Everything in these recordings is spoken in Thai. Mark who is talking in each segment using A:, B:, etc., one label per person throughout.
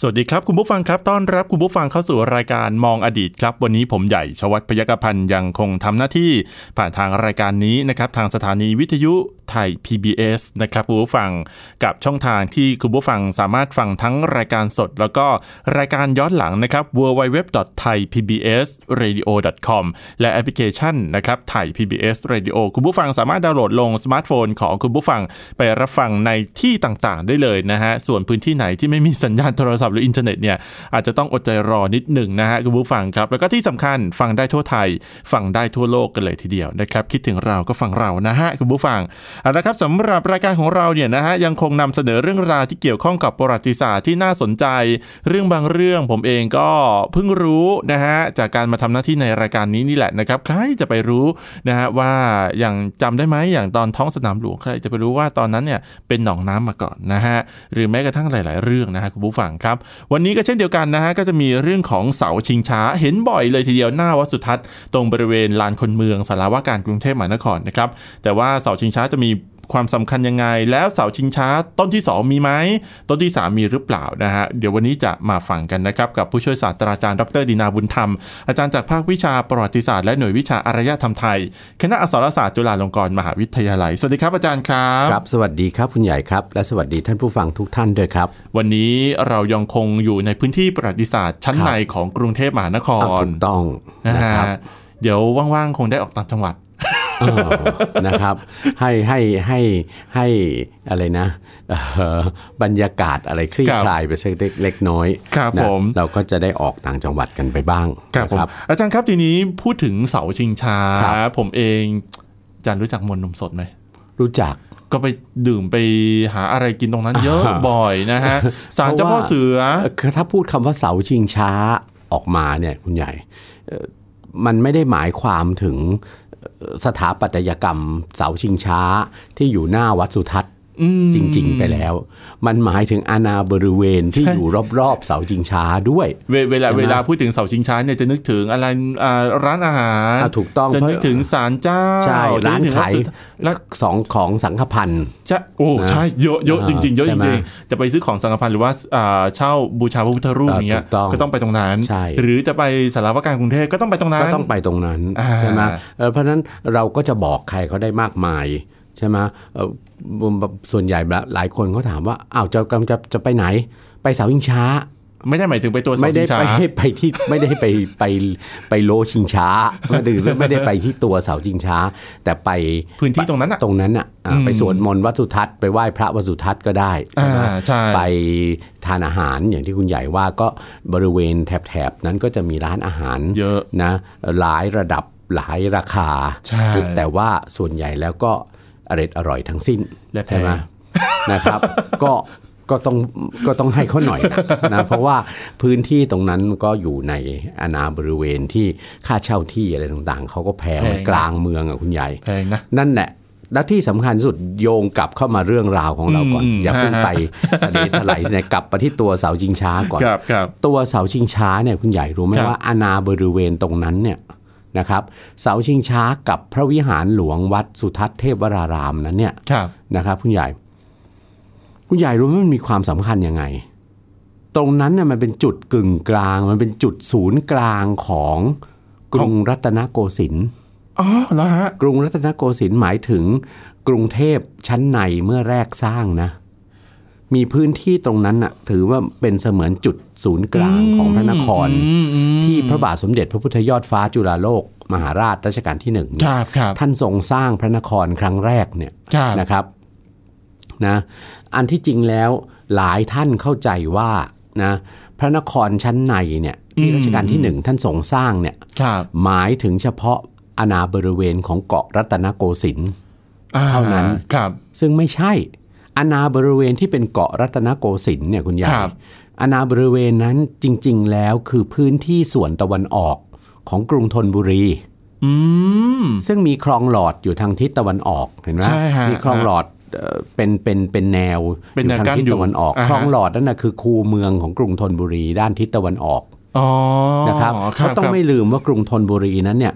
A: สวัสดีครับ คุณผู้ฟังครับต้อนรับคุณผู้ฟังเข้าสู่รายการมองอดีตครับ วันนี้ผมใหญ่ชวัฒน์พยกพันธ์ยังคงทำหน้าที่ผ่านทางรายการนี้นะครับทางสถานีวิทยุไทย PBS นะครับคุณผู้ฟังกับช่องทางที่คุณผู้ฟังสามารถฟังทั้งรายการสด แล้วก็รายการย้อนหลังนะครับ www.thaipbsradio.com และแอปพลิเคชันนะครับไทย PBS Radio คุณผู้ฟังสามารถดาวน์โหลดลงสมาร์ทโฟนของคุณผู้ฟังไปรับฟังในที่ต่างๆ ได้เลยนะฮะ ส่วนพื้นที่ไหนที่ไม่มีสัญญาณโทรศัพท์หรืออินเทอร์เน็ตเนี่ยอาจจะต้องอดใจรอนิดหนึ่งนะฮะ คุณผู้ฟังครับ แล้วก็ที่สำคัญฟังได้ทั่วไทย ฟังได้ทั่วโลกกันเลยทีเดียวนะครับ คิดถึงเราก็ฟังเรานะฮะ คุณผู้ฟังเอาละครับสำหรับรายการของเราเนี่ยนะฮะยังคงนำเสนอเรื่องราวที่เกี่ยวข้องกับประวัติศาสตร์ที่น่าสนใจ เรื่องบางเรื่องผมเองก็เพิ่งรู้นะฮะจากการมาทำหน้าที่ในรายการนี้นี่แหละนะครับใครจะไปรู้นะฮะว่าอย่างจำได้ไหมอย่างตอนท้องสนามหลวงใครจะไปรู้ว่าตอนนั้นเนี่ยเป็นหนองน้ำมาก่อนนะฮะหรือแม้กระทั่งหลาย ๆ เรื่องนะฮะคุณผู้ฟังครับ วันนี้ก็เช่นเดียวกันนะฮะก็จะมีเรื่องของเสาชิงช้าเห็นบ่อยเลยทีเดียวหน้าวัดสุทัศน์ตรงบริเวณลานคนเมืองสารวาการกรุงเทพมหานครนะครับแต่ว่าเสาชิงช้าจะมี ความสำคัญยังไง แล้วเสาชิงช้าต้นที่ 2 มีไหม ต้นที่ 3 มีหรือเปล่านะฮะ เดี๋ยววันนี้จะมาฟังกันนะครับ กับผู้ช่วยศาสตราจารย์ดรดินาบุญธรรม อาจารย์จากภาควิชาประวัติศาสตร์และหน่วยวิชาอารยธรรมไทย คณะอักษรศาสตร์จุฬาลงกรณ์มหาวิทยาลัย สวัสดีครับอาจารย์ครับ
B: ครับ สวัสดีครับคุณใหญ่ครับ และสวัสดีท่านผู้ฟังทุกท่านด้วยครับ
A: วันนี้เรายังคงอยู่ในพื้นที่ประวัติศาสตร์ ชั้นในของกรุงเทพมหานค
B: อ้าว
A: ร
B: ถูกต้อง
A: นะ
B: นะ
A: ฮะ
B: ครับ
A: เดี๋ยวว่างๆคงได้ออกต่างจังหวัด
B: เออนะครับ ให้ให้ให้ให้อะไรนะ เอ่อบรรยากาศอะไรคลี่
A: ครับ
B: คลายไปสักเล็กเล็กน้อย
A: ครับ
B: นะ
A: ผม
B: เราก็จะได้ออกต่างจังหวัดกันไปบ้าง
A: ครับผม
B: นะ
A: อาจารย์ครับทีนี้พูดถึงเสาชิงช้า
B: ครับ
A: ผมเองอาจารย์รู้จักมวลนมสดไหม
B: รู้จัก
A: ก็ไปดื่มไปหาอะไรกินตรงนั้นเยอะ
B: อ่า
A: บ่อยนะฮะสารเจ้าพ่อเสือ
B: เอ่อถ้าพูดคำว่าเสาชิงช้าออกมาเนี่ยคุณใหญ่เอ่อมันไม่ได้หมายความถึงเอ่อสถาปัตยกรรมเสาชิงช้าที่อยู่หน้าวัดสุทัศน์จริง ๆ ไปแล้ว มันหมายถึงอาณาบริเวณที่อยู่รอบๆเสาชิงช้าด้วย
A: เวเวลา
B: ใช่ไหม
A: เวลาพูดถึงเสาชิงช้าเนี่ยจะนึกถึงอะไรอ่าร้านอาหาร
B: อ่าถูกต้อง
A: จะนึกถึงศาลเจ้า
B: ใช่ร้าน
A: จะกถึงวัด
B: ขาย
A: สุทัศน์แล้ว
B: สองของสังฆพันธ์
A: จะโอ้
B: นะ
A: ใช่เยอะเยอะ
B: อ่า
A: จริงๆเยอะ
B: ใช่
A: จ
B: ไหม
A: ริงๆจะไปซื้อของสังฆพันธ์หรือว่าอ่าเช่าบูชาพระพุทธรูป
B: อ่า
A: อย่างเงี้ย
B: ถูกต้อง
A: ก็ต้องไปตรงนั้น
B: ใช่
A: หรือจะไปสารวการกรุงเทพก็ต้องไปตรงนั้น
B: ก็ต้องไปตรงนั้น
A: อ่า
B: ใช่ไหมเอ่อเพราะฉะนั้นเราก็จะบอกใครเขาได้มากมายใช่ไหมเอ่อส่วนใหญ่ละหลายคนเขาถามว่าอ้าวจะกำลังจะจะไปไหน ไปเสาชิงช้า
A: ไม่ได้หมายถึงไปตัวเสา
B: ไม่
A: ชิ
B: ได้
A: งช้า
B: ไปไปที่ไม่ได้ไปไปไปโลชิงช้าไม่ได้ไม่ได้ไปที่ตัวเสาชิงช้า แต่ไป
A: พื้นที่ตรงนั้นอะ
B: ตรงนั้นอ่ะอ่าไปสวดมนต์วัดสุทัศน์ไปไหว้พระวัดสุทัศน์ก็ได้ใช่ไหม
A: อ่าใช่
B: ไปทานอาหารอย่างที่คุณใหญ่ว่าก็บริเวณแถบๆนั้นก็จะมีร้านอาหาร
A: เยอะ
B: นะหลายระดับหลายราคา
A: ใช่
B: แต่ว่าส่วนใหญ่แล้วก็อร่อยอร่อยทั้งสิ้น
A: และแพง
B: ใช่ไหมนะครับ ก็ก็ต้องก็ต้องให้เขาหน่อยนะนะ เพราะว่าพื้นที่ตรงนั้นก็อยู่ในอาณาบริเวณที่ค่าเช่าที่อะไรต่างๆ เขาก็แพงมันกลางเมืองอ่ะคุณใหญ่
A: แพงนะ
B: นั่นแหละ และที่สำคัญสุดโยงกลับเข้ามาเรื่องราวของเราก่อน
A: อืม
B: อย่าเพิ่ง
A: ฮะฮะ
B: ไปทะเลทลายเนี่ยกลับมาที่ตัวเสาจิงช้าก่อน
A: ครับครับ
B: ตัวเสาชิงช้าเนี่ยคุณใหญ่รู้ไหม
A: ครับ
B: ว่าอาณาบริเวณตรงนั้นเนี่ยนะครับเสาชิงช้ากับพระวิหารหลวงวัดสุทัศน์เทพวรารามนั้นเนี่ย
A: ครับ
B: นะครับคุณใหญ่ คุณใหญ่รู้ไหมมันมีความสำคัญยังไง ตรงนั้นเนี่ยมันเป็นจุดกึ่งกลาง มันเป็นจุดศูนย์กลางของกรุงรัตนโกสินทร์
A: อ๋อแล้วฮะ
B: กรุงรัตนโกสินทร์หมายถึงกรุงเทพชั้นในเมื่อแรกสร้างนะ มีพื้นที่ตรงนั้นน่ะถือว่าเป็นเสมือนจุดศูนย์กลางของพระนคร
A: อืมอืม
B: ที่พระบาทสมเด็จพระพุทธยอดฟ้าจุฬาโลก มหาราชรัชกาลที่หนึ่ง
A: ค
B: เนี่ย
A: รับครับ
B: ท่านทรงสร้างพระนครครั้งแรกเนี่ย
A: ครับ
B: นะครับนะอันที่จริงแล้วหลายท่านเข้าใจว่านะพระนครชั้นในเนี่ยที่รัชกาลที่หนึ่งท่านทรงสร้างเนี่ย
A: ครับ
B: หมายถึงเฉพาะอาณาบริเวณของเกาะรัตนโกสินทร์ เท่านั้น
A: ครับ
B: ซึ่งไม่ใช่อาณาบริเวณที่เป็นเกาะรัตนโกสินทร์เนี่ยคุณยา
A: ค
B: ย
A: รับ
B: อาณาบริเวณนั้นจริง ๆ แล้วคือพื้นที่ส่วนตะวันออกของกรุงธนบุรี
A: อืม
B: ซึ่งมีคลองหลอดอยู่ทางทิศตะวันออกเห็นไหม
A: ใช่ฮะ
B: มีคลองหลอดเอ่อเป็นเป็นเป็นแนว
A: เป็นแนว
B: ทางทิ
A: กั้
B: ศ
A: นอยู่
B: ตะวันออก
A: อ่าฮะ
B: คลองหลอดนั่นนะคือคูเมืองของกรุงธนบุรีด้านทิศตะวันออก
A: อ๋อ
B: นะครับ
A: ค
B: เขา
A: รับ
B: ต้องไม่
A: ครับ
B: ลืมว่ากรุงธนบุรีนั้นเนี่ย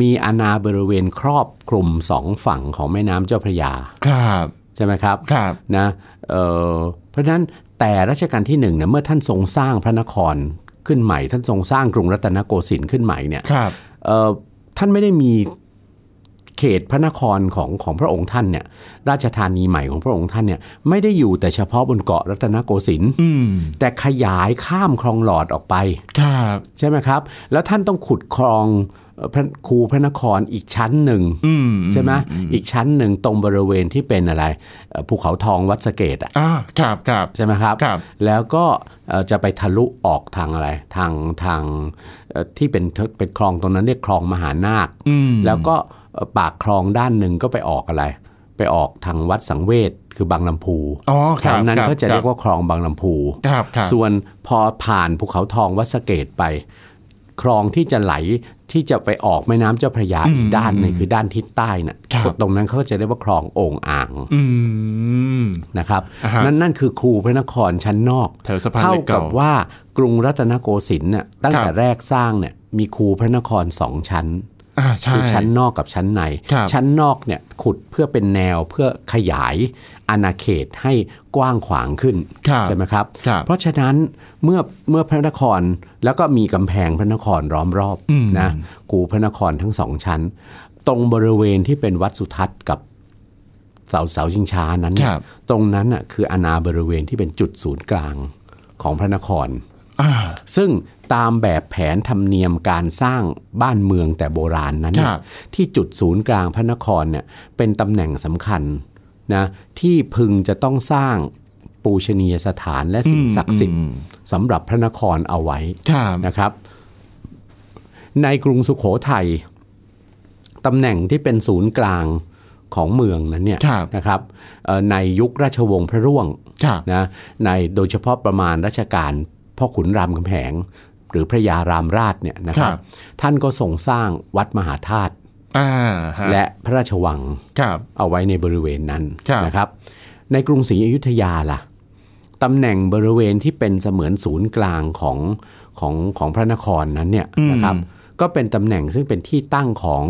B: มีอาณาบริเวณครอบคลุมสองฝั่งของแม่น้ำเจ้าพระยา
A: ครับ
B: ใช่ไหมครับ
A: ครับ
B: นะเอ่อเพราะฉะนั้น แต่รัชกาลที่หนึ่งเนี่ยเมื่อท่านทรงสร้างพระนครขึ้นใหม่ ท่านทรงสร้างกรุงรัตนโกสินทร์ขึ้นใหม่เนี่ย
A: ครับ
B: เอ่อท่านไม่ได้มีเขตพระนครของของพระองค์ท่านเนี่ยราชธานีใหม่ของพระองค์ท่านเนี่ยไม่ได้อยู่แต่เฉพาะบนเกาะรัตนโกสินทร์
A: อืม
B: แต่ขยายข้ามคลองหลอดออกไป
A: ครับ
B: ใช่ไหมครับ แล้วท่านต้องขุดคลองเอ่อพระคูพระนครอีกชั้นหนึ่ง
A: อืม
B: ใช่ไหมอีกชั้นหนึ่งตรงบริเวณที่เป็นอะไรเอ่อภูเขาทองวัดสะเกตอะ
A: อ่าครับครับ
B: ใช่ไหมครับ
A: ครับ
B: แล้วก็เอ่อจะไปทะลุออกทางอะไรทางทางเอ่อที่เป็นเป็นคลองตรงนั้นเรียกคลองมหานาค
A: อืม
B: แล้วก็เอ่อปากคลองด้านหนึ่งก็ไปออกอะไร ไปออกทางวัดสังเวชคือบางลำพู
A: อ๋อค
B: แถ
A: รั
B: ว
A: บ
B: นั้น
A: คบ
B: ก็จะเรียกว่าคลองบางลำพู
A: ครับครับ
B: ส่วนพอผ่านภูเขาทองวัดสะเกตไป คลองที่จะไหลที่จะไปออกแม่น้ำเจ้าพระยาอีกด้านหนึงคือด้านทิศใต้น่ะตรงนั้นเขาก็จะเรียกว่าคลองโอ่งอ่าง
A: อืม
B: นะครับ
A: อ่าฮะ
B: นั่นนั่นคือครูพระนครชั้นนอก
A: แถวสะพาน
B: เท่า
A: เหล็ก
B: กั
A: เก่า
B: บว่ากรุงรัตนโกสินทร์น่ะตั้งแต่
A: ครับ
B: แรกสร้างเนี่ยมีครูพระนครสองชั้น
A: อ่าใช่
B: คือชั้นนอกกับชั้นใน
A: ครับ
B: ชั้นนอกเนี่ยขุดเพื่อเป็นแนวเพื่อขยายอาณาเขตให้กว้างขวางขึ้น
A: ครับ
B: ใช่ไหมครับ
A: ครับ
B: เพราะฉะนั้นเมื่อเมื่อพระนครแล้วก็มีกำแพงพระนครล้อมรอบ
A: อืม
B: นะกูพระนครทั้งสองชั้น ตรงบริเวณที่เป็นวัดสุทัศน์กับเสาเสาชิงช้านั้น
A: ค
B: เนี่ย
A: รับ
B: ตรงนั้นน่ะคืออาณาบริเวณที่เป็นจุดศูนย์กลางของพระนคร
A: อ่า
B: ซึ่งตามแบบแผนธรรมเนียมการสร้างบ้านเมืองแต่โบราณนั้น
A: ค
B: เนี่ย
A: รับ
B: ที่จุดศูนย์กลางพระนครเนี่ยเป็นตำแหน่งสำคัญนะที่พึงจะต้องสร้างปูชนียสถานและสิ่ง
A: อืม
B: ศักดิ์สิทธิ์
A: อืม
B: สำหรับพระนครเอาไว้
A: ครับ
B: นะครับ ในกรุงสุขโขทัยตำแหน่งที่เป็นศูนย์กลางของเมืองนั้นเนี่ย
A: ครับ
B: นะครับเอ่อในยุคราชวงศ์พระร่วง
A: ครับ
B: นะในโดยเฉพาะประมาณราชการพ่อขุนรามคำแหง หรือพระยารามราชเนี่ยนะ
A: ค
B: ครั
A: รั
B: บบ ท่านก็ส่งสร้างวัดมหาธาตุ
A: อ่าฮ
B: และพระราชวัง
A: ครับ
B: เอาไว้ในบริเวณนั้น
A: ครับ
B: นะครับ ในกรุงศรีอยุธยาล่ะตำแหน่งบริเวณที่เป็นเสมือนศูนย์กลางของของของพระนครนั้นเนี่ยนะครับ ก็เป็นตำแหน่งซึ่งเป็นที่ตั้งของ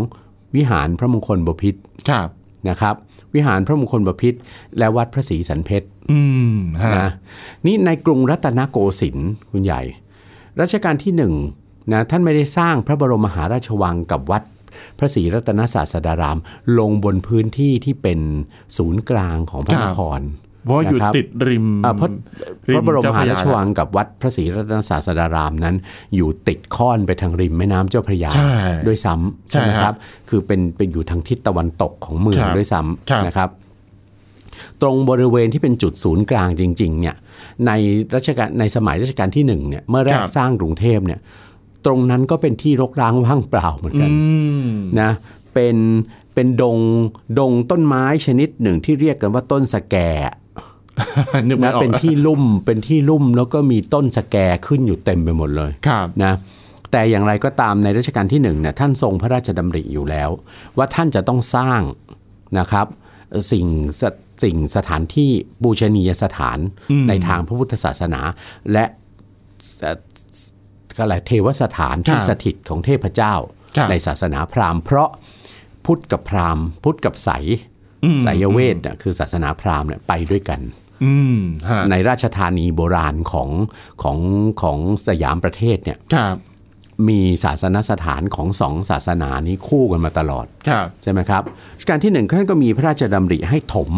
B: วิหารพระมงคลบพิตร
A: ครับ
B: นะครับ วิหารพระมงคลบพิตรและวัดพระศรีสันเพชร
A: อืมฮะ
B: นะนี่ในกรุงรัตนโกสินทร์คุณใหญ่รัชกาลที่หนึ่งนะท่านไม่ได้สร้างพระบรมมหาราชวังกับวัด พระศรีรัตนศาสดาราม ลงบนพื้นที่ที่เป็นศูนย์กลางของพระนคร
A: เพราะอยู่
B: นะครับ
A: ติดริม
B: เอ่อเพราะพระบรมมหาราชวั
A: ง
B: งกับวัดพระศรีรัตนศาสดารามนั้น อยู่ติดค่อนไปทางริมแม่น้ำเจ้าพระยา
A: ใช่
B: ด้วยซ้ำ
A: ใช่
B: ใช่ไหม
A: ฮะ
B: ครับ คือเป็นเป็นอยู่ทางทิศตะวันตกของเมือง
A: ครับ
B: ด้วยซ้
A: ครับ
B: ำนะครับ ตรงบริเวณที่เป็นจุดศูนย์กลางจริงๆเนี่ยในรัชกาลในสมัยรัชกาลที่หนึ่งเนี่ยเมื่อแรกสร้างกรุงเทพเนี่ยตรงนั้นก็เป็นที่รกร้างว่างเปล่าเหมือนกัน
A: อืม
B: นะเป็นเป็นดงดงต้นไม้ชนิดหนึ่งที่เรียกกันว่าต้นสแก
A: นึกไม่
B: นะ
A: ออก
B: เป็นที่ลุ่ม เป็นที่ลุ่มแล้วก็มีต้นสแกขึ้นอยู่เต็มไปหมดเลย
A: ครับ
B: นะแต่อย่างไรก็ตามในรัชกาลที่หนึ่งเนี่ยท่านทรงพระราชดำริอยู่แล้ว ว่าท่านจะต้องสร้างนะครับสิ่งสสิ่งสถานที่บูชนียสถาน
A: อืม
B: ในทางพระพุทธศาสนา และเอ่อก็อะไรเทวสถานที่สถิตของเทพเจ้า
A: ครับ
B: ในศาสนาพราหมณ์เพราะพุทธกับพราหมณ์พุทธกับไสยไสยเวทน่ะคือศาสนาพราหมณ์เนี่ยไปด้วยกัน
A: อืมฮะ
B: ในราชธานีโบราณของของของสยามประเทศเนี่ย
A: ครับ
B: มีศาสนสถานของสองศาสนานี้คู่กันมาตลอด
A: ครับ
B: ใช่ไหมครับรัชการที่หนึ่งท่านก็มีพระราชดำริให้ถม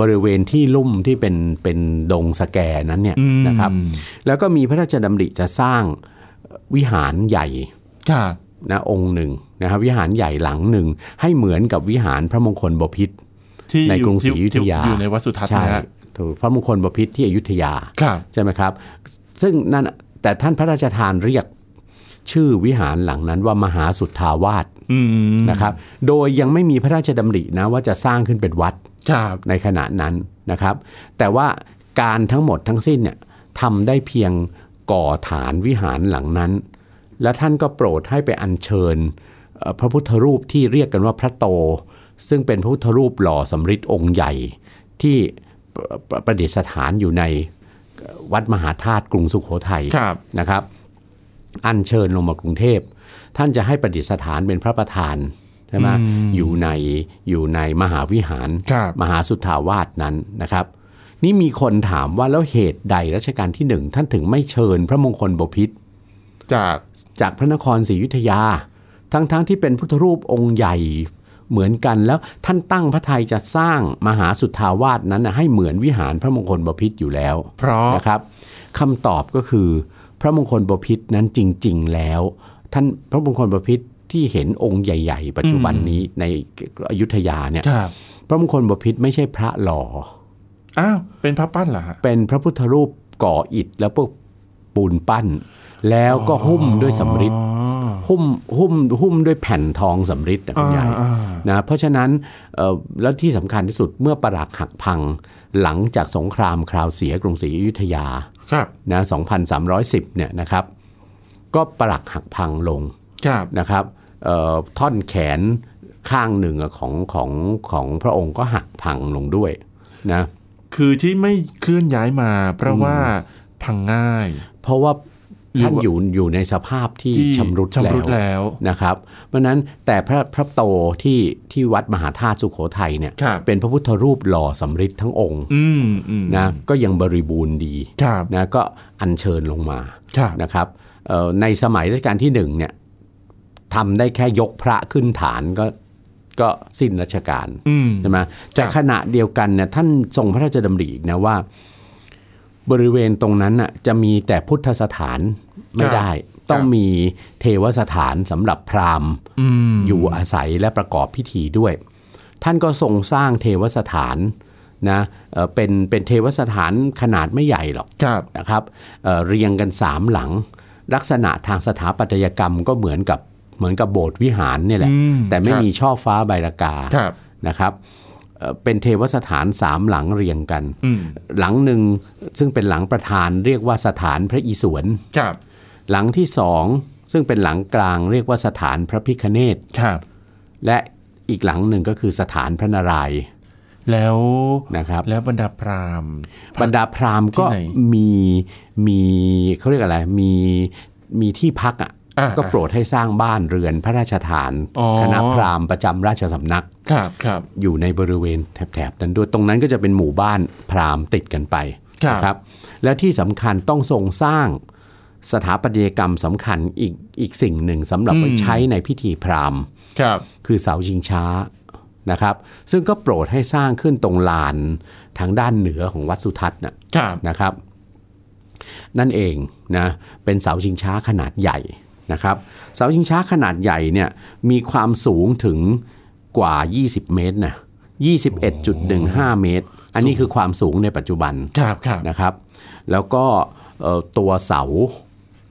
B: บริเวณที่ลุ่มที่เป็นเป็นดงสแกนั้นเนี่ย
A: อืม
B: นะครับ แล้วก็มีพระราชดำริจะสร้างวิหารใหญ่
A: ครับ
B: นะองค์หนึ่งนะครับวิหารใหญ่หลังหนึ่งให้เหมือนกับวิหารพระมงคลบพิตร
A: ที่
B: ใน
A: อก
B: รุ
A: ยู่
B: งศรีอยุธยา
A: อยู่ในวัดสุทัศน์
B: ใช่
A: นะฮะ
B: ถูกพระมงคลบพิตรที่อยุธยา
A: ครับ
B: ใช่ไหมครับ ซึ่งนั่นแต่ท่านพระราชทานเรียกชื่อวิหารหลังนั้นว่ามหาสุทธาวาส
A: อืม
B: นะครับ โดยยังไม่มีพระราชดำรินะว่าจะสร้างขึ้นเป็นวัด
A: ครับ
B: ในขณะนั้นนะครับ แต่ว่าการทั้งหมดทั้งสิ้นเนี่ยทำได้เพียงก่อฐานวิหารหลังนั้น และท่านก็โปรดให้ไปอัญเชิญเอ่อพระพุทธรูปที่เรียกกันว่าพระโต ซึ่งเป็นพระพุทธรูปหล่อสำริดองค์ใหญ่ที่ประประประดิษฐานอยู่ในเอ่อวัดมหาธาตุกรุงสุขโขทัย
A: ครับ
B: นะครับ อัญเชิญลงมากรุงเทพ ท่านจะให้ประดิษฐานเป็นพระประธานใช่ไหมอยู่ในอยู่ในมหาวิหาร
A: ครับ
B: มหาสุทธาวาสนั้นนะครับ นี่มีคนถามว่าแล้วเหตุใดรัชกาลที่หนึ่งท่านถึงไม่เชิญพระมงคลบพิตร
A: จาก
B: จากพระนครศรีอยุธยา ทั้งๆทที่เป็นพุทธรูปองค์ใหญ่เหมือนกันแล้วท่านตั้งพระไทยจะสร้างมหาสุทธาวาสนั้นน่ะให้เหมือนวิหารพระมงคลบพิตรอยู่แล้ว
A: เพราะ
B: นะครับคำตอบก็คือ พระมงคลบพิตรนั้นจริง ๆ แล้ว ท่านพระมงคลบพิตรที่เห็นองค์ใหญ่ ๆ ปัจจุบันนี้ในอยุธยาเนี่ย
A: ครับ
B: พระมงคลบพิตรไม่ใช่พระหล่อ
A: อ้าวเป็นพระปั้นเหรอฮะ
B: เป็นพระพุทธรูปก่ออิฐแล้วพวกปูนปั้น แล้วก็หุ้มด้วยสำริด
A: อ๋อ
B: หุ้มหุ้มหุ้มด้วยแผ่นทองสำริดนะคุณใหญ่
A: อ่า
B: นะเพราะฉะนั้นเอ่อแล้วที่สำคัญที่สุดเมื่อปรักหักพังหลังจากสงครามคราวเสียกรุงศรีอยุธยา
A: ๆครับ
B: นะ2,310 เนี่ยนะครับ ก็ปรักหักพังลง
A: ครับ
B: นะครับเอ่อท่อนแขนข้างหนึ่งอะของของของพระองค์ก็หักพังลงด้วยนะ
A: คือที่ไม่เคลื่อนย้ายมา เพราะว่าพังง่าย
B: เพราะว่า
A: หรือ
B: ท่าน
A: ว่า
B: อยู่อยู่ในสภาพที่
A: ที่
B: ชำรุด
A: ชำรุด
B: แล้ว
A: แล้ว
B: นะครับ เพราะฉะนั้นแต่พระพระโตที่ที่วัดมหาธาตุสุโขทัยเนี่ย
A: ครับ
B: เป็นพระพุทธรูปหล่อสำริดทั้งองค์
A: อืมอืม
B: นะก็ยังบริบูรณ์ดี
A: ครับ
B: นะก็อัญเชิญลงมา
A: ครับ
B: นะครับเอ่อในสมัยรัชกาลที่หนึ่งเนี่ยทำได้แค่ยกพระขึ้นฐานก็ก็สิ้นรัชกาล
A: อืม
B: ใช่ไหมแต่ขณะเดียวกันเนี่ยท่านทรงพระราชดำริอีกนะว่า บริเวณตรงนั้นน่ะจะมีแต่พุทธสถานไม่ได้ ต้องมีเทวสถานสำหรับพราหมณ์
A: อืม
B: อยู่อาศัยและประกอบพิธีด้วย ท่านก็ทรงสร้างเทวสถานนะเอ่อเป็นเป็นเทวสถานขนาดไม่ใหญ่หรอก
A: ครับ
B: นะครับเอ่อเรียงกัน 3 หลัง ลักษณะทางสถาปัตยกรรมก็เหมือนกับเหมือนกับโบสถ์วิหารเนี่ยแหละ
A: อืม
B: แต่ไม่
A: ครับ
B: มีช่อฟ้าใบรากา
A: ครับ
B: นะครับเอ่อเป็นเทวสถานสามหลังเรียงกัน
A: อืม
B: หลังหนึ่งซึ่งเป็นหลังประธานเรียกว่าสถานพระอิศวร
A: ครับ
B: หลังที่สองซึ่งเป็นหลังกลางเรียกว่าสถานพระพิคเนต
A: ครับ
B: และอีกหลังหนึ่งก็คือสถานพระนารายณ์
A: แล้ว
B: นะครับ
A: แล้วบรรดาพราหมณ์
B: บรรดาพราหมณ์ก็
A: ที่ไหน
B: มีมีเขาเรียกอะไรมีมีที่พักอ่ะ
A: อ่า
B: ก็โปรดให้สร้างบ้านเรือนพระราชทาน
A: อ๋อ
B: คณะพราหมณ์ประจำราชสำนัก
A: ครับครับ
B: อยู่ในบริเวณแถบๆนั้นด้วยตรงนั้นก็จะเป็นหมู่บ้านพราหมณ์ติดกันไป
A: ครับ
B: นะครับ แล้วที่สำคัญต้องทรงสร้างสถาปัตยกรรมสำคัญอีกอีกสิ่งหนึ่งสำหรับ
A: อืม
B: ไว้ใช้ในพิธีพราหมณ์
A: ครับ
B: คือเสาชิงช้านะครับ ซึ่งก็โปรดให้สร้างขึ้นตรงลานทางด้านเหนือของวัดสุทัศน์น่ะ
A: ครับ
B: นะครับ นั่นเองนะเป็นเสาชิงช้าขนาดใหญ่นะครับ เสาชิงช้าขนาดใหญ่เนี่ยมีความสูงถึงกว่า 20 เมตรนะ21.15 เมตร อันนี้คือความสูงในปัจจุบัน
A: ครับครับ
B: นะครับ แล้วก็เอ่อตัวเสา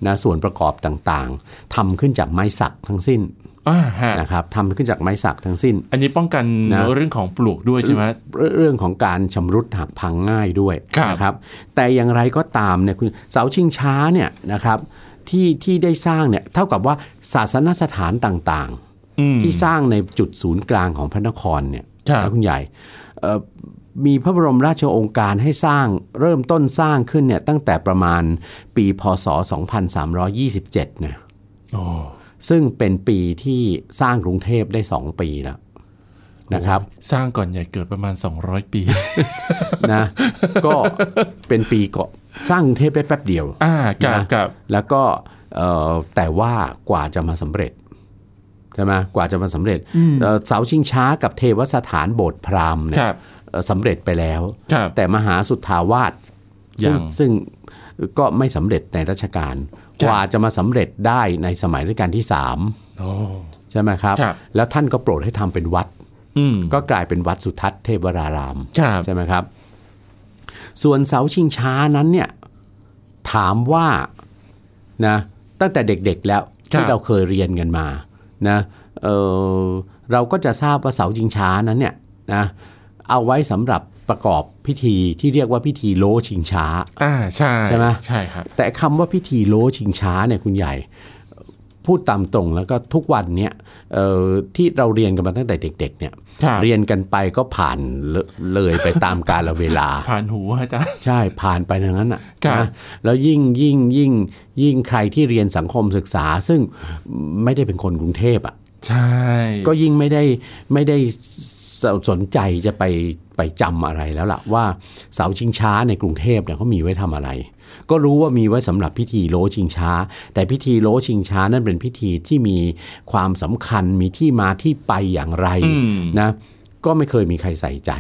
B: นะส่วนประกอบต่างๆทำขึ้นจากไม้สักทั้งสิ้น
A: อ่าฮะ
B: นะครับทำขึ้นจากไม้สักทั้งสิ้น
A: อันนี้ป้องกัน
B: นะ
A: เรื่องของปลวกด้วยใช่ไหม
B: เรื่องเรื่องของการชำรุดหักพังง่ายด้วย
A: ครับ
B: นะครับ แต่อย่างไรก็ตามเนี่ยคุณเสาชิงช้าเนี่ยนะครับที่ที่ได้สร้างเนี่ยเท่ากับว่าศาสนสถานต่าง
A: อืม
B: ๆ ที่สร้างในจุดศูนย์กลางของพระนครเนี่ย
A: ครับ
B: นะคุณใหญ่เอ่อมีพระบรมราชโองการให้สร้างเริ่มต้นสร้างขึ้นเนี่ยตั้งแต่ประมาณปีพศ 2327เนี่ย
A: โอ้
B: ซึ่งเป็นปีที่สร้างกรุงเทพได้ 2 ปีแล้วนะครับ
A: สร้างก่อนใหญ่เกิดประมาณ 200 ปี
B: นะก็เป็นปีเกาะสร้างกรุงเทพได้แป๊บเดียว
A: อ่ากับ
B: นะ
A: กับ
B: แล้วก็เอ่อแต่ว่ากว่าจะมาสำเร็จใช่ไหมกว่าจะมาสำเร็จเอ่อเสาชิงช้ากับเทวสถานโบสถ์พราหมณ์เนี่
A: ค
B: ย
A: รับ
B: เอ่อสำเร็จไปแล้ว
A: ครับ
B: แต่มหาสุทธาวาส
A: ยั
B: ซึ่ง
A: ง
B: ซึ่งก็ไม่สำเร็จในรัชกาล
A: ครับ
B: กว่าจะมาสำเร็จได้ในสมัยรัชกาลที่สาม
A: โอ้
B: ใช่ไหมครับ
A: ครับ
B: แล้วท่านก็โปรดให้ทำเป็นวัด
A: อืม
B: ก็กลายเป็นวัดสุทัศน์เทพวราราม
A: ครับ
B: ใช่ไหมครับ ส่วนเสาชิงช้านั้นเนี่ยถามว่านะตั้งแต่เด็กๆแล้ว
A: ครับ
B: ที่เราเคยเรียนกันมานะเออเราก็จะทราบว่าเสาชิงช้านั้นเนี่ยนะเอาไว้สำหรับประกอบพิธีที่เรียกว่าพิธีโลชิงช้า
A: อ่าใช่
B: ใช่ไหม
A: ใช่ครับ
B: แต่คำว่าพิธีโลชิงช้าเนี่ยคุณใหญ่ พูดตามตรงแล้วก็ทุกวันเนี่ยเอ่อที่เราเรียนกันมาตั้งแต่เด็ก ๆ เนี่ย
A: ครับ
B: เรียนกันไปก็ผ่านเลเลยไปตามกาลเวลา
A: ผ่านหูอาจารย์
B: ใช่ผ่านไปทางนั้นอ่ะ
A: ครับ
B: นะแล้วยิ่งยิ่งยิ่งยิ่งใครที่เรียนสังคมศึกษา ซึ่งไม่ได้เป็นคนกรุงเทพอ่ะ
A: ใช่
B: ก็ยิ่งไม่ได้ไม่ได้สสนใจจะไป ไปจำอะไรแล้วล่ะว่าเสาชิงช้าในกรุงเทพเนี่ยเขามีไว้ทำอะไร ก็รู้ว่ามีไว้สำหรับพิธีโลชิงช้า แต่พิธีโลชิงช้านั่นเป็นพิธีที่มีความสำคัญมีที่มาที่ไปอย่างไร
A: อืม
B: นะ ก็ไม่เคยมีใครใส่ใจ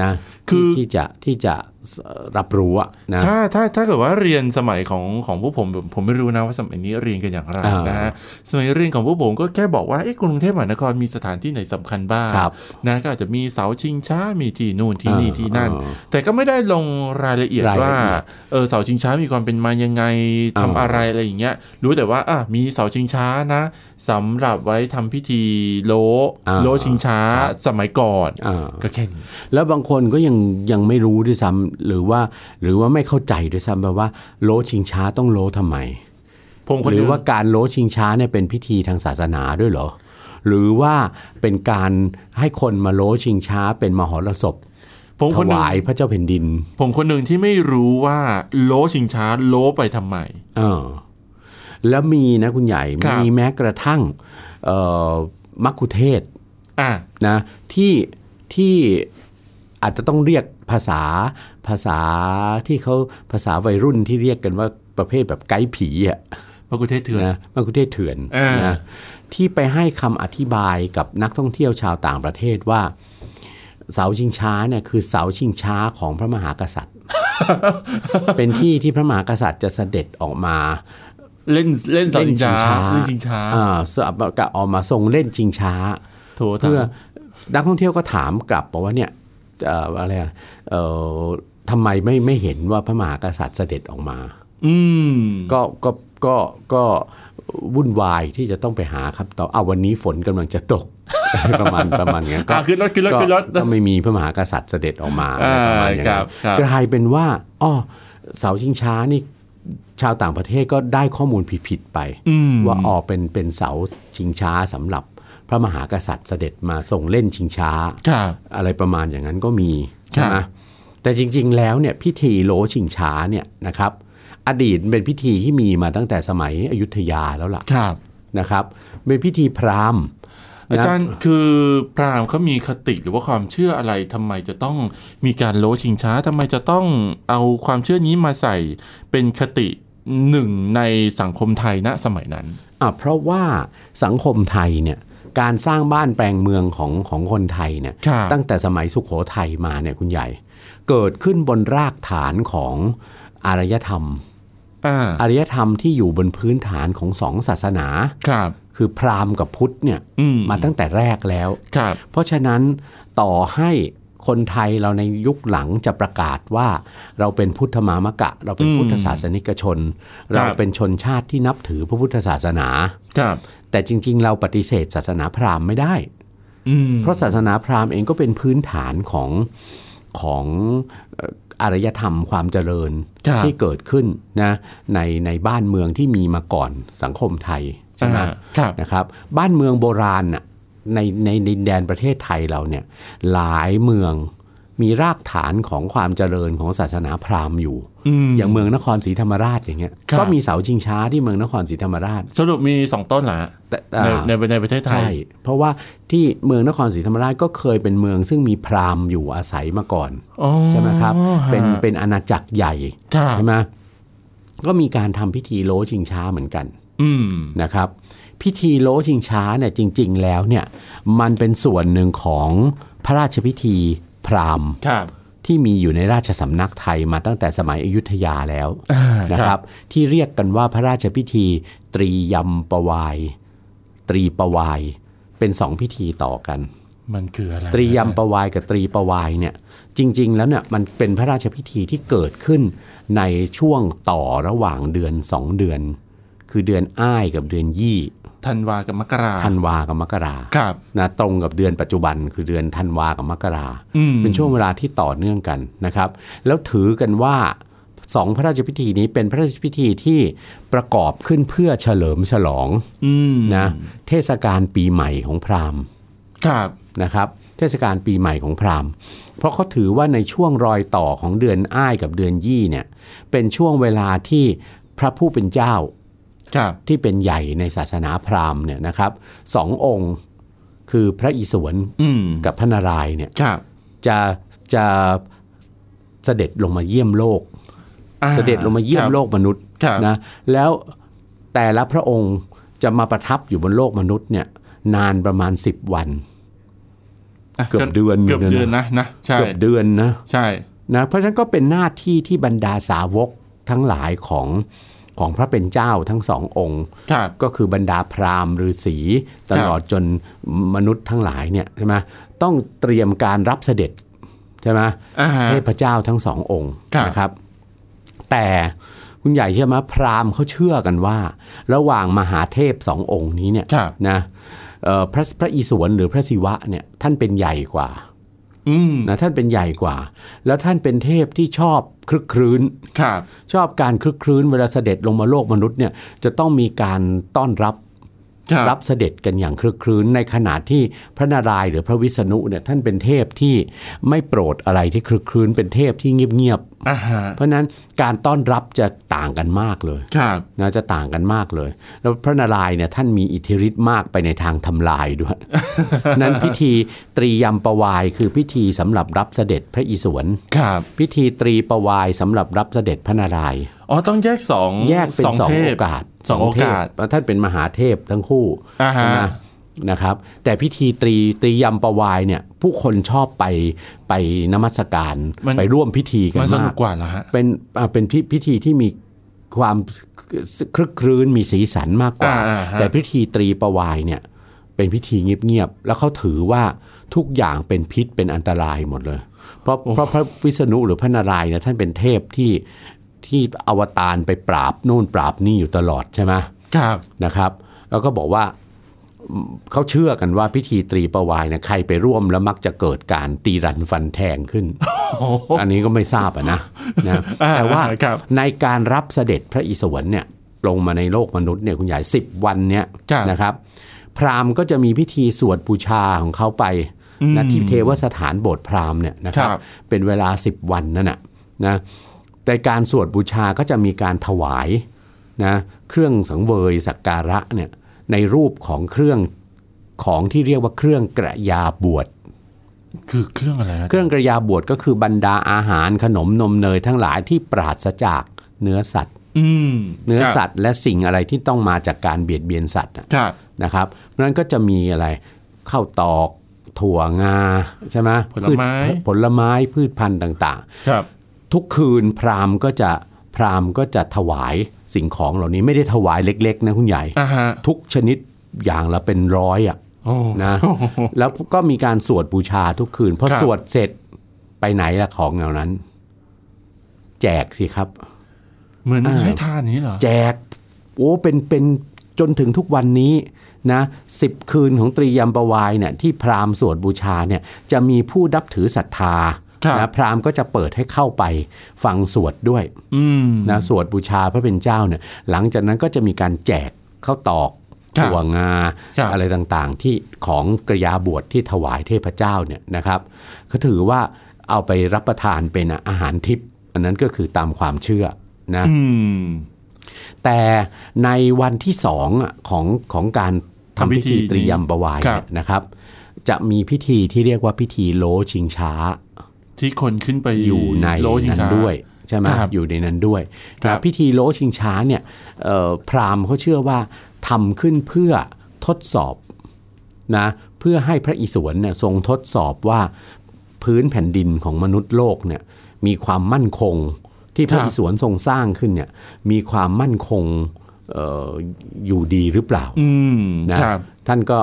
B: นะ
A: คือ
B: ที่ที่จะที่จะเอ่อรับรู้อะนะ
A: ถ้าถ้าถ้าเกิดว่าเรียนสมัยของของผู้ผมผมผมไม่รู้นะว่าสมัยนี้เรียนกันอย่างไร
B: อ่าน
A: นะฮะสมัยเรียนของผู้ผมก็แค่บอกว่าเอ๊ะกรุงเทพมหานครมีสถานที่ไหนสำคัญบ้าง
B: ครับ
A: นะก็อาจจะมีเสาชิงช้ามีที่นู่นที่นี่
B: อ่า
A: ที่นั่น
B: อ่า
A: แต่ก็ไม่ได้ลงรายละเอียด
B: รายละเอียด
A: ว่าเออเสาชิงช้ามีความเป็นมายังไงทำ
B: อ่า
A: อะไรอะไรอย่างเงี้ยรู้แต่ว่าอ่ะมีเสาชิงช้านะสำหรับไว้ทำพิธีโลโลชิงช้าสมัยก่อน
B: อ่า
A: ก็แค่นี้
B: แล้วบางคนก็ยังยังไม่รู้ด้วยซ้ำหรือว่าหรือว่าไม่เข้าใจด้วยซ้ำแบบว่าโลชิงช้าต้องโลทำไม
A: ผมคน
B: ห
A: ห
B: รื
A: นึ
B: อง ว่าการโลชิงช้าเนี่ยเป็นพิธีทางศาสนาด้วยเหรอ หรือว่าเป็นการให้คนมาโลชิงช้าเป็นมหรสพ
A: ผม
B: ถ
A: คนหนึ่ง
B: วายพระเจ้าแผ่นดิน
A: ผมคนหนึ่งที่ไม่รู้ว่าโลชิงช้าโลไปทำไม
B: เออแล้วมีนะคุณใหญ่
A: ครับ
B: มีแม้กระทั่งเอ่อมักคุเทศก์
A: อ่ะ
B: นะที่ที่อาจจะต้องเรียกภาษาภาษาที่เขาภาษาวัยรุ่นที่เรียกกันว่าประเภทแบบไกด์ผีอ่ะ
A: พระกุเทศเถื่อน
B: นะมังคุเทศเถื่อน
A: เออ
B: นะที่ไปให้คำอธิบายกับนักท่องเที่ยวชาวต่างประเทศว่า เสาชิงช้าเนี่ยคือเสาชิงช้าของพระมหากษัตริย์ เป็นที่ที่พระมหากษัตริย์จะเสด็จออกมา
A: เล่นเล่นเสาชิงช้า
B: เล่
A: เล่น
B: นชิ
A: ชิง
B: งช้
A: ช้า
B: อ่าสำหรับกับออกมาทรงเล่นชิงช้า
A: โถเถ
B: เพื่อ
A: อะ
B: นักท่องเที่ยวก็ถามกลับบอกว่าเนี่ยเอ่ออะไรอะเอ่อทำไมไม่ไม่เห็นว่าพระมหากษัตริย์เสด็จออกมา
A: อืม
B: ก็ก็ก็ก็วุ่นวายที่จะต้องไปหาคำตอบอ้าววันนี้ฝนกำลังจะตก ประมาณประมาณเนี้ยก็
A: อ่ะขึ้นรถขึ้นรถ
B: ก็
A: ขึ้นรถ
B: ก็ไม่มีพระมหากษัตริย์เสด็จออกมาอะไรประมาณอย่าง
A: อ่าครั
B: นั้
A: บ
B: น
A: ครับ
B: กลายเป็นว่าอ้อเสาชิงช้านี่ชาวต่างประเทศก็ได้ข้อมูลผิดๆไป
A: อืม
B: ว่าออกเป็นเป็นเสาชิงช้าสำหรับพระมหากษัตริย์เสด็จมาส่งเล่นชิงช้า
A: ครับ
B: อะไรประมาณอย่างนั้นก็มีใช่ไห
A: ค
B: ม
A: รับ
B: แต่จริงๆแล้วเนี่ยพิธีโลชิงช้าเนี่ยนะครับ อดีตเป็นพิธีที่มีมาตั้งแต่สมัยอยุธยาแล้วล่ะ
A: ครับ
B: นะครับเป็นพิธีพราหมณ์
A: อาจาร
B: นะ
A: ย์คือพราหมณ์เขามีคติหรือว่าความเชื่ออะไรทำไมจะต้องมีการโลชิงช้าทำไมจะต้องเอาความเชื่อนี้มาใส่เป็นคติหนึ่งในสังคมไทยณสมัยนั้น
B: อ่ะเพราะว่าสังคมไทยเนี่ยการสร้างบ้านแปลงเมืองของของคนไทยเนี่ย
A: ครับ
B: ตั้งแต่สมัยสุขโขทัยมาเนี่ยคุณใหญ่ เกิดขึ้นบนรากฐานของอารยธรรม
A: อ่า
B: อารยธรรมที่อยู่บนพื้นฐานของสองศาสนา
A: ครับ
B: คือพราหมณ์กับพุทธเนี่ย
A: อืม
B: มาตั้งแต่แรกแล้ว
A: ครับ
B: เพราะฉะนั้นต่อให้คนไทยเราในยุคหลังจะประกาศว่า เราเป็นพุทธมามกะ เราเป็น
A: อืม
B: พุทธศาสนิกชน
A: ครับ
B: เราเป็นชนชาติที่นับถือพระพุทธศาสนา
A: ครับ
B: แต่จริง ๆ เราปฏิเสธศาสนาพราหมณ์ไม่ได้
A: อืม
B: เพราะศาสนาพราหมณ์เองก็เป็นพื้นฐานของของเอ่ออารยธรรมความเจริญ
A: ครับ
B: ที่เกิดขึ้นนะในในบ้านเมืองที่มีมาก่อนสังคมไทยใช่ไหม
A: อ่าครับ
B: นะครับ บ้านเมืองโบราณน่ะในในดินแดนประเทศไทยเราเนี่ยหลายเมืองมีรากฐานของความเจริญของศาสนาพราหมณ์อยู่
A: อืม
B: อย่างเมืองนครศรีธรรมราชอย่างเงี้ย
A: ครับ
B: ก็มีเสาชิงช้าที่เมืองนครศรีธรรมราช
A: สรุปมีสองต้นเหรอฮะ
B: แต่
A: ใน
B: อ่า
A: ในในประเทศไท
B: ใช่
A: ย
B: เพราะว่าที่เมืองนครศรีธรรมราชก็เคยเป็นเมืองซึ่งมีพราหมณ์อยู่อาศัยมาก่อน
A: อ๋อ
B: ใช่ไหมครับ เป็น
A: ฮะ
B: เป็นอาณาจักรใหญ่
A: ครับ
B: ใช่ไหมก็มีการทำพิธีโลชิงช้าเหมือนกัน
A: อืม
B: นะครับ พิธีโลชิงช้าเนี่ยจริง ๆ แล้วเนี่ยมันเป็นส่วนหนึ่งของพระราชพิธีพราหมณ์
A: ครับ
B: ที่มีอยู่ในราชสำนักไทยมาตั้งแต่สมัยอยุธยาแล้ว นะครับที่เรียกกันว่าพระราชพิธีตรียมปวาย ตรีปวาย เป็นสองพิธีต่อกัน
A: มันคืออะไร
B: ตรียมปวายกับตรีปวายเนี่ยจริง ๆ แล้วเนี่ยมันเป็นพระราชพิธีที่เกิดขึ้นในช่วงต่อระหว่างเดือนสองเดือน คือเดือนอ้ายกับเดือนยี่
A: ธันวากับมกรา
B: ธันวากับมกรา
A: ครับ
B: นะตรงกับเดือนปัจจุบันคือเดือนธันวากับมกรา
A: อืม
B: เป็นช่วงเวลาที่ต่อเนื่องกันนะครับ แล้วถือกันว่าสองพระราชพิธีนี้เป็นพระราชพิธีที่ประกอบขึ้นเพื่อเฉลิมฉลอง
A: อืม
B: นะเทศกาลปีใหม่ของพราหมณ์
A: ครับ
B: นะครับ เทศกาลปีใหม่ของพราหมณ์ เพราะเขาถือว่าในช่วงรอยต่อของเดือนอ้ายกับเดือนยี่เนี่ยเป็นช่วงเวลาที่พระผู้เป็นเจ้า
A: ครับ
B: ที่เป็นใหญ่ในศาสนาพราหมณ์เนี่ยนะครับสององค์คือพระอิศวร
A: อืม
B: กับพระนารายณ์เนี่ย
A: ครับ
B: จะ จะเสด็จลงมาเยี่ยมโลก
A: อ่า
B: เสด็จลงมาเยี่ยมโลกมนุษย์
A: ครับ
B: นะแล้วแต่ละพระองค์จะมาประทับอยู่บนโลกมนุษย์เนี่ยนานประมาณ 10 วัน
A: ะ
B: เกือบเดือน
A: เกือบเดือนนะนะใช่
B: เกือบเดือนนะ
A: ใช่
B: นะเพราะฉะนั้นก็เป็นหน้าที่ที่บรรดาสาวกทั้งหลายของของพระเป็นเจ้าทั้งสององค์
A: ครับ
B: ก็คือบรรดาพราหมณ์ฤาษีตลอดจนมนุษย์ทั้งหลายเนี่ยใช่ไหมต้องเตรียมการรับเสด็จใช่ไหม
A: อ่าฮะ
B: เทพเจ้าทั้งสององค์
A: ครับ
B: นะครับ แต่คุณใหญ่เชื่อไหมพราหมณ์เขาเชื่อกันว่า ระหว่างมหาเทพสององค์นี้เนี่ย
A: ครับ
B: นะเอ่อพระพระอิศวรหรือพระศิวะเนี่ยท่านเป็นใหญ่กว่า
A: อืม
B: นะท่านเป็นใหญ่กว่า แล้วท่านเป็นเทพที่ชอบคลึกครื้น
A: ครับ
B: ชอบการคลึกครื้นเวลาเสด็จลงมาโลกมนุษย์เนี่ยจะต้องมีการต้อนรับ
A: ครับ
B: รับเสด็จกันอย่างคลึกครื้นในขณะที่พระนารายณ์หรือพระวิษณุเนี่ยท่านเป็นเทพที่ไม่โปรดอะไรที่คลึกครื้นเป็นเทพที่เงียบ
A: อ่าฮะ
B: ๆเพราะฉะนั้นการต้อนรับจะต่างกันมากเลย
A: ครับ
B: นะจะต่างกันมากเลย แล้วพระนารายณ์เนี่ยท่านมีอิทธิฤทธิ์มากไปในทางทำลายด้วย นั้นพิธีตรียมประวายคือพิธีสำหรับรับเสด็จพระอิศวร
A: ครับ
B: พิธีตรีประวายสำหรับรับเสด็จพระนารายณ์
A: อ๋อต้องแยกสอง
B: แยกเป็นสอง
A: เท
B: โอ
A: พ
B: กาส
A: สองโอกาส
B: เทพท่านเป็นมหาเทพทั้งคู่
A: อ่าฮะ
B: ใช่ไหมนะครับ แต่พิธีตรีตรียมประวายเนี่ย ผู้คนชอบไปไปนมัสการ ไปร่วมพิธีกัน
A: มันสนุ
B: มาก ก
A: กว่าเหรอฮะ
B: เป็นอ่าเป็นพิพิธีที่มีความคลึกครื้นมีสีสันมากกว่า
A: อ่าอ่าฮะ
B: แต่พิธีตรีประวายเนี่ย เป็นพิธีเงียบๆแล้วเขาถือว่าทุกอย่างเป็นพิษเป็นอันตรายหมดเลย เพราะเพราะพระวิษณุหรือพระนารายณ์เนี่ยท่านเป็นเทพที่ที่อวตารไปปราบโน่นปราบนี่อยู่ตลอดใช่ไหม
A: ครับ
B: นะครับ แล้วก็บอกว่าอืมเขาเชื่อกันว่าพิธีตรีประวายเนี่ยใครไปร่วมแล้วมักจะเกิดการตีรันฟันแทง ขึ้น
A: โอ้โห
B: อันนี้ก็ไม่ทราบอะนะนะ
A: อ่า
B: แต่ว่า
A: ครับ
B: ในการรับเสด็จพระอิศวรเนี่ยลงมาในโลกมนุษย์เนี่ยคุณใหญ่สิบวันเนี่ย
A: ครับ
B: นะครับ พราหมณ์ก็จะมีพิธีสวดบูชาของเขาไปณที่เทวสถานโบสถ์พราหมณ์เนี่ยนะครับ
A: ครับ
B: เป็นเวลา 10 วันนั่นน่ะนะในการสวดบูชาก็จะมีการถวายนะเครื่องสังเวยสักการะเนี่ยในรูปของเครื่องของที่เรียกว่าเครื่องกระยาบวช
A: คือเครื่องอะไรฮะ
B: เครื่องกระยาบวชก็คือบรรดาอาหารขนมนมเนยทั้งหลายที่ปราศจากเนื้อสัตว์
A: อืม
B: เนื้อ
A: ครับ
B: สัตว์ และสิ่งอะไรที่ต้องมาจากการเบียดเบียนสัตว์อะ
A: ครับ
B: นะครับเพราะฉะนั้นก็จะมีอะไรข้าวตอกถั่วงาใช่ไหม
A: ผลไม้
B: พืชผลไม้พืชพันธุ์ต่าง
A: ครับ
B: ๆ ทุกคืนพราหมณ์ก็จะพราหมณ์ก็จะถวายสิ่งของเหล่านี้ไม่ได้ถวายเล็กๆนะคุณใหญ่
A: อ่าฮะ
B: ทุกชนิดอย่างละเป็นร้อยอ่ะ
A: โอ้
B: นะแล้วก็มีการสวดบูชาทุกคืนพอ
A: ครับ
B: สวดเสร็จไปไหนละของเหล่านั้น แจกสิครับ
A: เหมือน
B: อ่า
A: ให้ทานอย่างนี้เหรอ
B: แจกโอ้เป็นเป็นจนถึงทุกวันนี้นะสิบคืนของตรียมประวายเนี่ยที่พราหมณ์สวดบูชาเนี่ยจะมีผู้ดับถือศรัทธา
A: ครับ
B: นะพราหมณ์ก็จะเปิดให้เข้าไปฟังสวดด้วย
A: อืม
B: นะสวดบูชาพระเป็นเจ้าเนี่ยหลังจากนั้นก็จะมีการแจกข้าวตอก
A: ครับ
B: ถั่วงา
A: ครับ
B: อะไรต่างๆที่ของกระยาบวชที่ถวายเทพเจ้าเนี่ยนะครับก็ถือว่าเอาไปรับประทานเป็นอาหารทิพย์อันนั้นก็คือตามความเชื่อนะ
A: อืม
B: แต่ในวันที่สองอ่ะของของการทำ
A: ทำ
B: พิ
A: พิธี
B: ธี
A: นี้
B: ตรียมประวาย
A: ครั
B: เนี่
A: บ
B: ยนะครับ จะมีพิธีที่เรียกว่าพิธีโลชิงช้า
A: ที่คนขึ้นไป
B: อยู่ใน
A: โลจิง
B: นั้น
A: จา
B: ด้วยใช่ไหม
A: ครับ
B: อยู่ในนั้นด้วย
A: ครั
B: นะ
A: บ
B: พิธีโลชิงช้าเนี่ยเอ่อพราหมณ์เขาเชื่อว่าทำขึ้นเพื่อทดสอบนะเพื่อให้พระอิศวรเนี่ยทรงทดสอบว่าพื้นแผ่นดินของมนุษย์โลกเนี่ยมีความมั่นคงที่พระอิศวรทรงสร้างขึ้นเนี่ยมีความมั่นคงเอออยู่ดีหรือเปล่า
A: อืม
B: นะครับท่านก็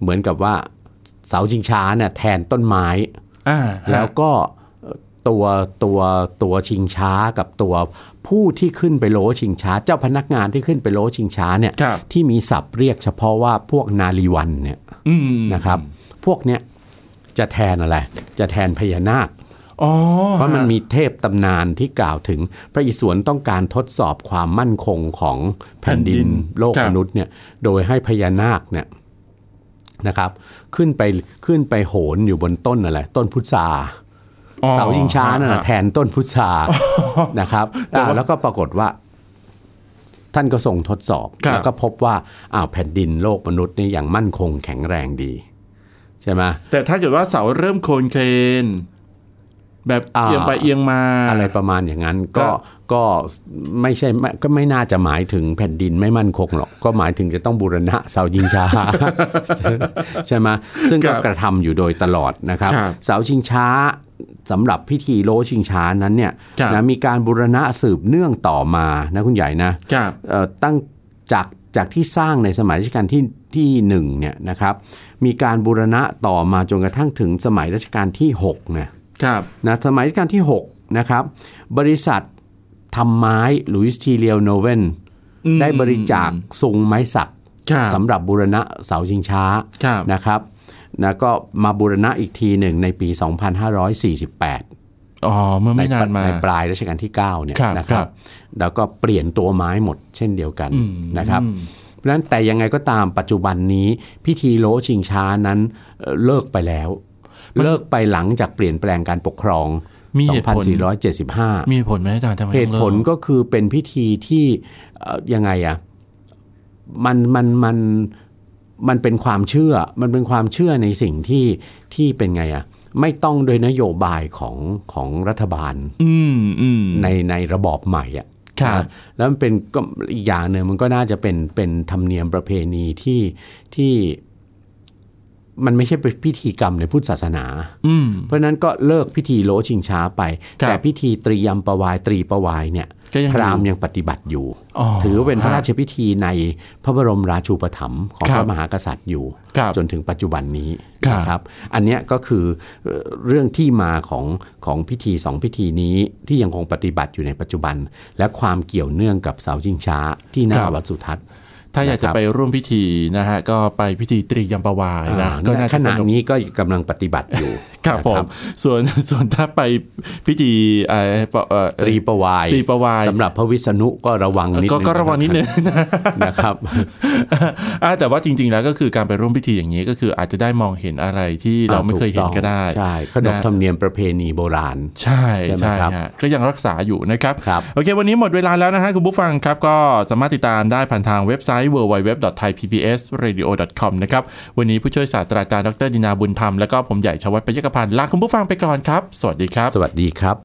B: เหมือนกับว่าเสาชิงช้าเนี่ยแทนต้นไม้
A: อ่า
B: แล้วก็เอ่อตัวตัวตัวชิงช้ากับตัวผู้ที่ขึ้นไปโลชิงช้า เจ้าพนักงานที่ขึ้นไปโลชิงช้าเนี่ย
A: ครับ
B: ที่มีศัพท์เรียกเฉพาะว่าพวกนาลีวันเนี่ย
A: อืม
B: นะครับ พวกเนี้ยจะแทนอะไร จะแทนพญานาค
A: อ๋อ
B: เพราะมันมีเทพตำนานที่กล่าวถึงพระอิศวรต้องการทดสอบความมั่นคงของแผ่นดินโลกมนุษย์เนี่ยโดยให้พญานาคเนี่ยนะครับ ขึ้นไปขึ้นไปโหนอยู่บนต้นอะไรต้นพุทรา
A: อ๋อ
B: เสายิงช้านั่น
A: อ่
B: นะแทนต้นพุทรานะครับ
A: แต่ว่า
B: อ่าแล้วก็ปรากฏว่า ท่านก็ส่งทดสอบ
A: ครับ
B: แล้วก็พบว่าอ้าวแผ่นดินโลกมนุษย์นี่อย่างมั่นคงแข็งแรงดี ใช่ไหม
A: แต่ถ้าเกิดว่าเสาเริ่มโคลนเคลน แบบ
B: อ่า
A: เอียงไปเอียงมา
B: อะไรประมาณอย่างนั้น
A: ก็
B: ก็ก็ไม่ใช่ไม่ก็ไม่น่าจะหมายถึงแผ่นดินไม่มั่นคงหรอก ก็หมายถึงจะต้องบูรณะเสาชิง ช้า ใช่ไหมซึ่งก็
A: ครับ
B: กระทำอยู่โดยตลอดนะครับ
A: ครับ
B: เสาชิงช้าสำหรับพิธีโลชิงช้านั้นเนี่ย
A: ครับ
B: นะมีการบูรณะสืบเนื่องต่อมานะคุณใหญ่นะ
A: ครับ
B: เอ่อตั้งจากจากที่สร้างในสมัยรัชกาลที่ที่1เนี่ยนะครับมีการบูรณะต่อมาจนกระทั่งถึงสมัยรัชกาลที่6นะครับ นะสมัยรัชกาลที่6นะครับบริษัททำไม้ลุยส์ทีเลียวโนเวน
A: อืม
B: ได้บริจาคซุงไม้สัก
A: ครับ
B: สำหรับบูรณะเสาชิงช้า
A: ครับ
B: นะครับนะก็มาบูรณะอีกทีหนึ่งในปี 2548
A: อ๋อเมื่อ
B: ใน
A: ไม่นานมา
B: ในปลายรัชกาลที่ 9 เนี่ย
A: ครับ
B: นะ
A: ค
B: ค
A: รั
B: รับ บ แล้วก็เปลี่ยนตัวไม้หมดเช่นเดียวกันนะครับ เพราะฉะนั้นแต่ยังไงก็ตามปัจจุบันนี้พิธีโลชิงช้านั้นเอ่อเลิกไปแล้ว เลิกไปหลังจากเปลี่ยนแปลงการปกครอง
A: มีเหตุผล
B: 2475
A: มีเหตุผลไหมอาจารย์ทำไม
B: เห
A: ต้อง
B: ตุ
A: ลิก
B: ผลก็คือเป็นพิธีที่เอ่อยังไงอะมันมันมันมันเป็นความเชื่อ มันเป็นความเชื่อในสิ่งที่ที่เป็นไงอะไม่ต้องโดวยนโยบายของของรัฐบาล
A: อืมอืม
B: ในในระบอบใหม่อะ
A: ครับ
B: นะแล้วมันเป็นก็อีกอย่างหนึ่งมันก็น่าจะเป็นเป็นธรรมเนียมประเพณีที่ที่มันไม่ใช่เป็นพิธีกรรมในพุทธศาสนา
A: อืม
B: เพราะฉะนั้นก็เลิกพิธีโลชิงช้าไป
A: ครับ
B: แต่พิธีตรียมประวายตรีประวายเนี่ย
A: ก็ยังอยู่
B: พราหมณ์ยังปฏิบัติอยู่
A: อ๋อ
B: ถือว่าเป็นพระราชพิธีในพระบรมราชูปถัมภ์ของ
A: ครั
B: พ
A: บ
B: ระมหากษัตริย์อยู่
A: ครับ
B: จนถึงปัจจุบันนี้
A: ครับ
B: นะครับ อันเนี้ยก็คือเอ่อเรื่องที่มาของของพิธีสองพิธีนี้ที่ยังคงปฏิบัติอยู่ในปัจจุบัน และความเกี่ยวเนื่องกับเสาชิงช้าที่ห
A: ค
B: น้า
A: รับ
B: วัดสุทัศน์
A: ถ้าอยากจะ
B: นะครับ
A: ไปร่วมพิธีนะฮะก็ไปพิธีตรียมปวายนะ
B: อ่า
A: ก็น่า
B: ข
A: จะส
B: ณะ
A: นุก
B: นี้ก็กำลังปฏิบัติอยู่
A: ครับ
B: นะ
A: ผมส่วน ส่วนถ้าไปพิธีเอ่อเอ่อ
B: ตรีประวาย
A: ตรีประวาย
B: สำหรับพระวิษณุก็ระวังนิด
A: ก็
B: นึง
A: ก็ระวังนิดนึงนะ
B: นะครับ
A: อ่าแต่ว่าจริง ๆ แล้วก็คือการไปร่วมพิธีอย่างนี้ก็คืออาจจะได้มองเห็นอะไรที่เราไม่เคยเห็นก็ได้
B: ใช่ขนบ
A: นะ
B: ธรรมเนียมประเพณีโบราณ
A: ใช่
B: ใช่ไหม
A: ใช่
B: ครับ
A: ฮะก็ยังรักษาอยู่นะครับ
B: ครับ
A: โอเค วันนี้หมดเวลาแล้วนะฮะคุณผู้ฟังครับ ก็สามารถติดตามได้ผ่านทางเว็บไซต์ www.thaipbsradio.com นะครับ วันนี้ผู้ช่วยศาสตราจารย์ดรดินาบุญธรรม และก็ผมใหญ่ชวัฒน์ปยกพันธ์ลาคุณผู้ฟังไปก่อนครับ สวัสดีครับ
B: สวัสดีครับ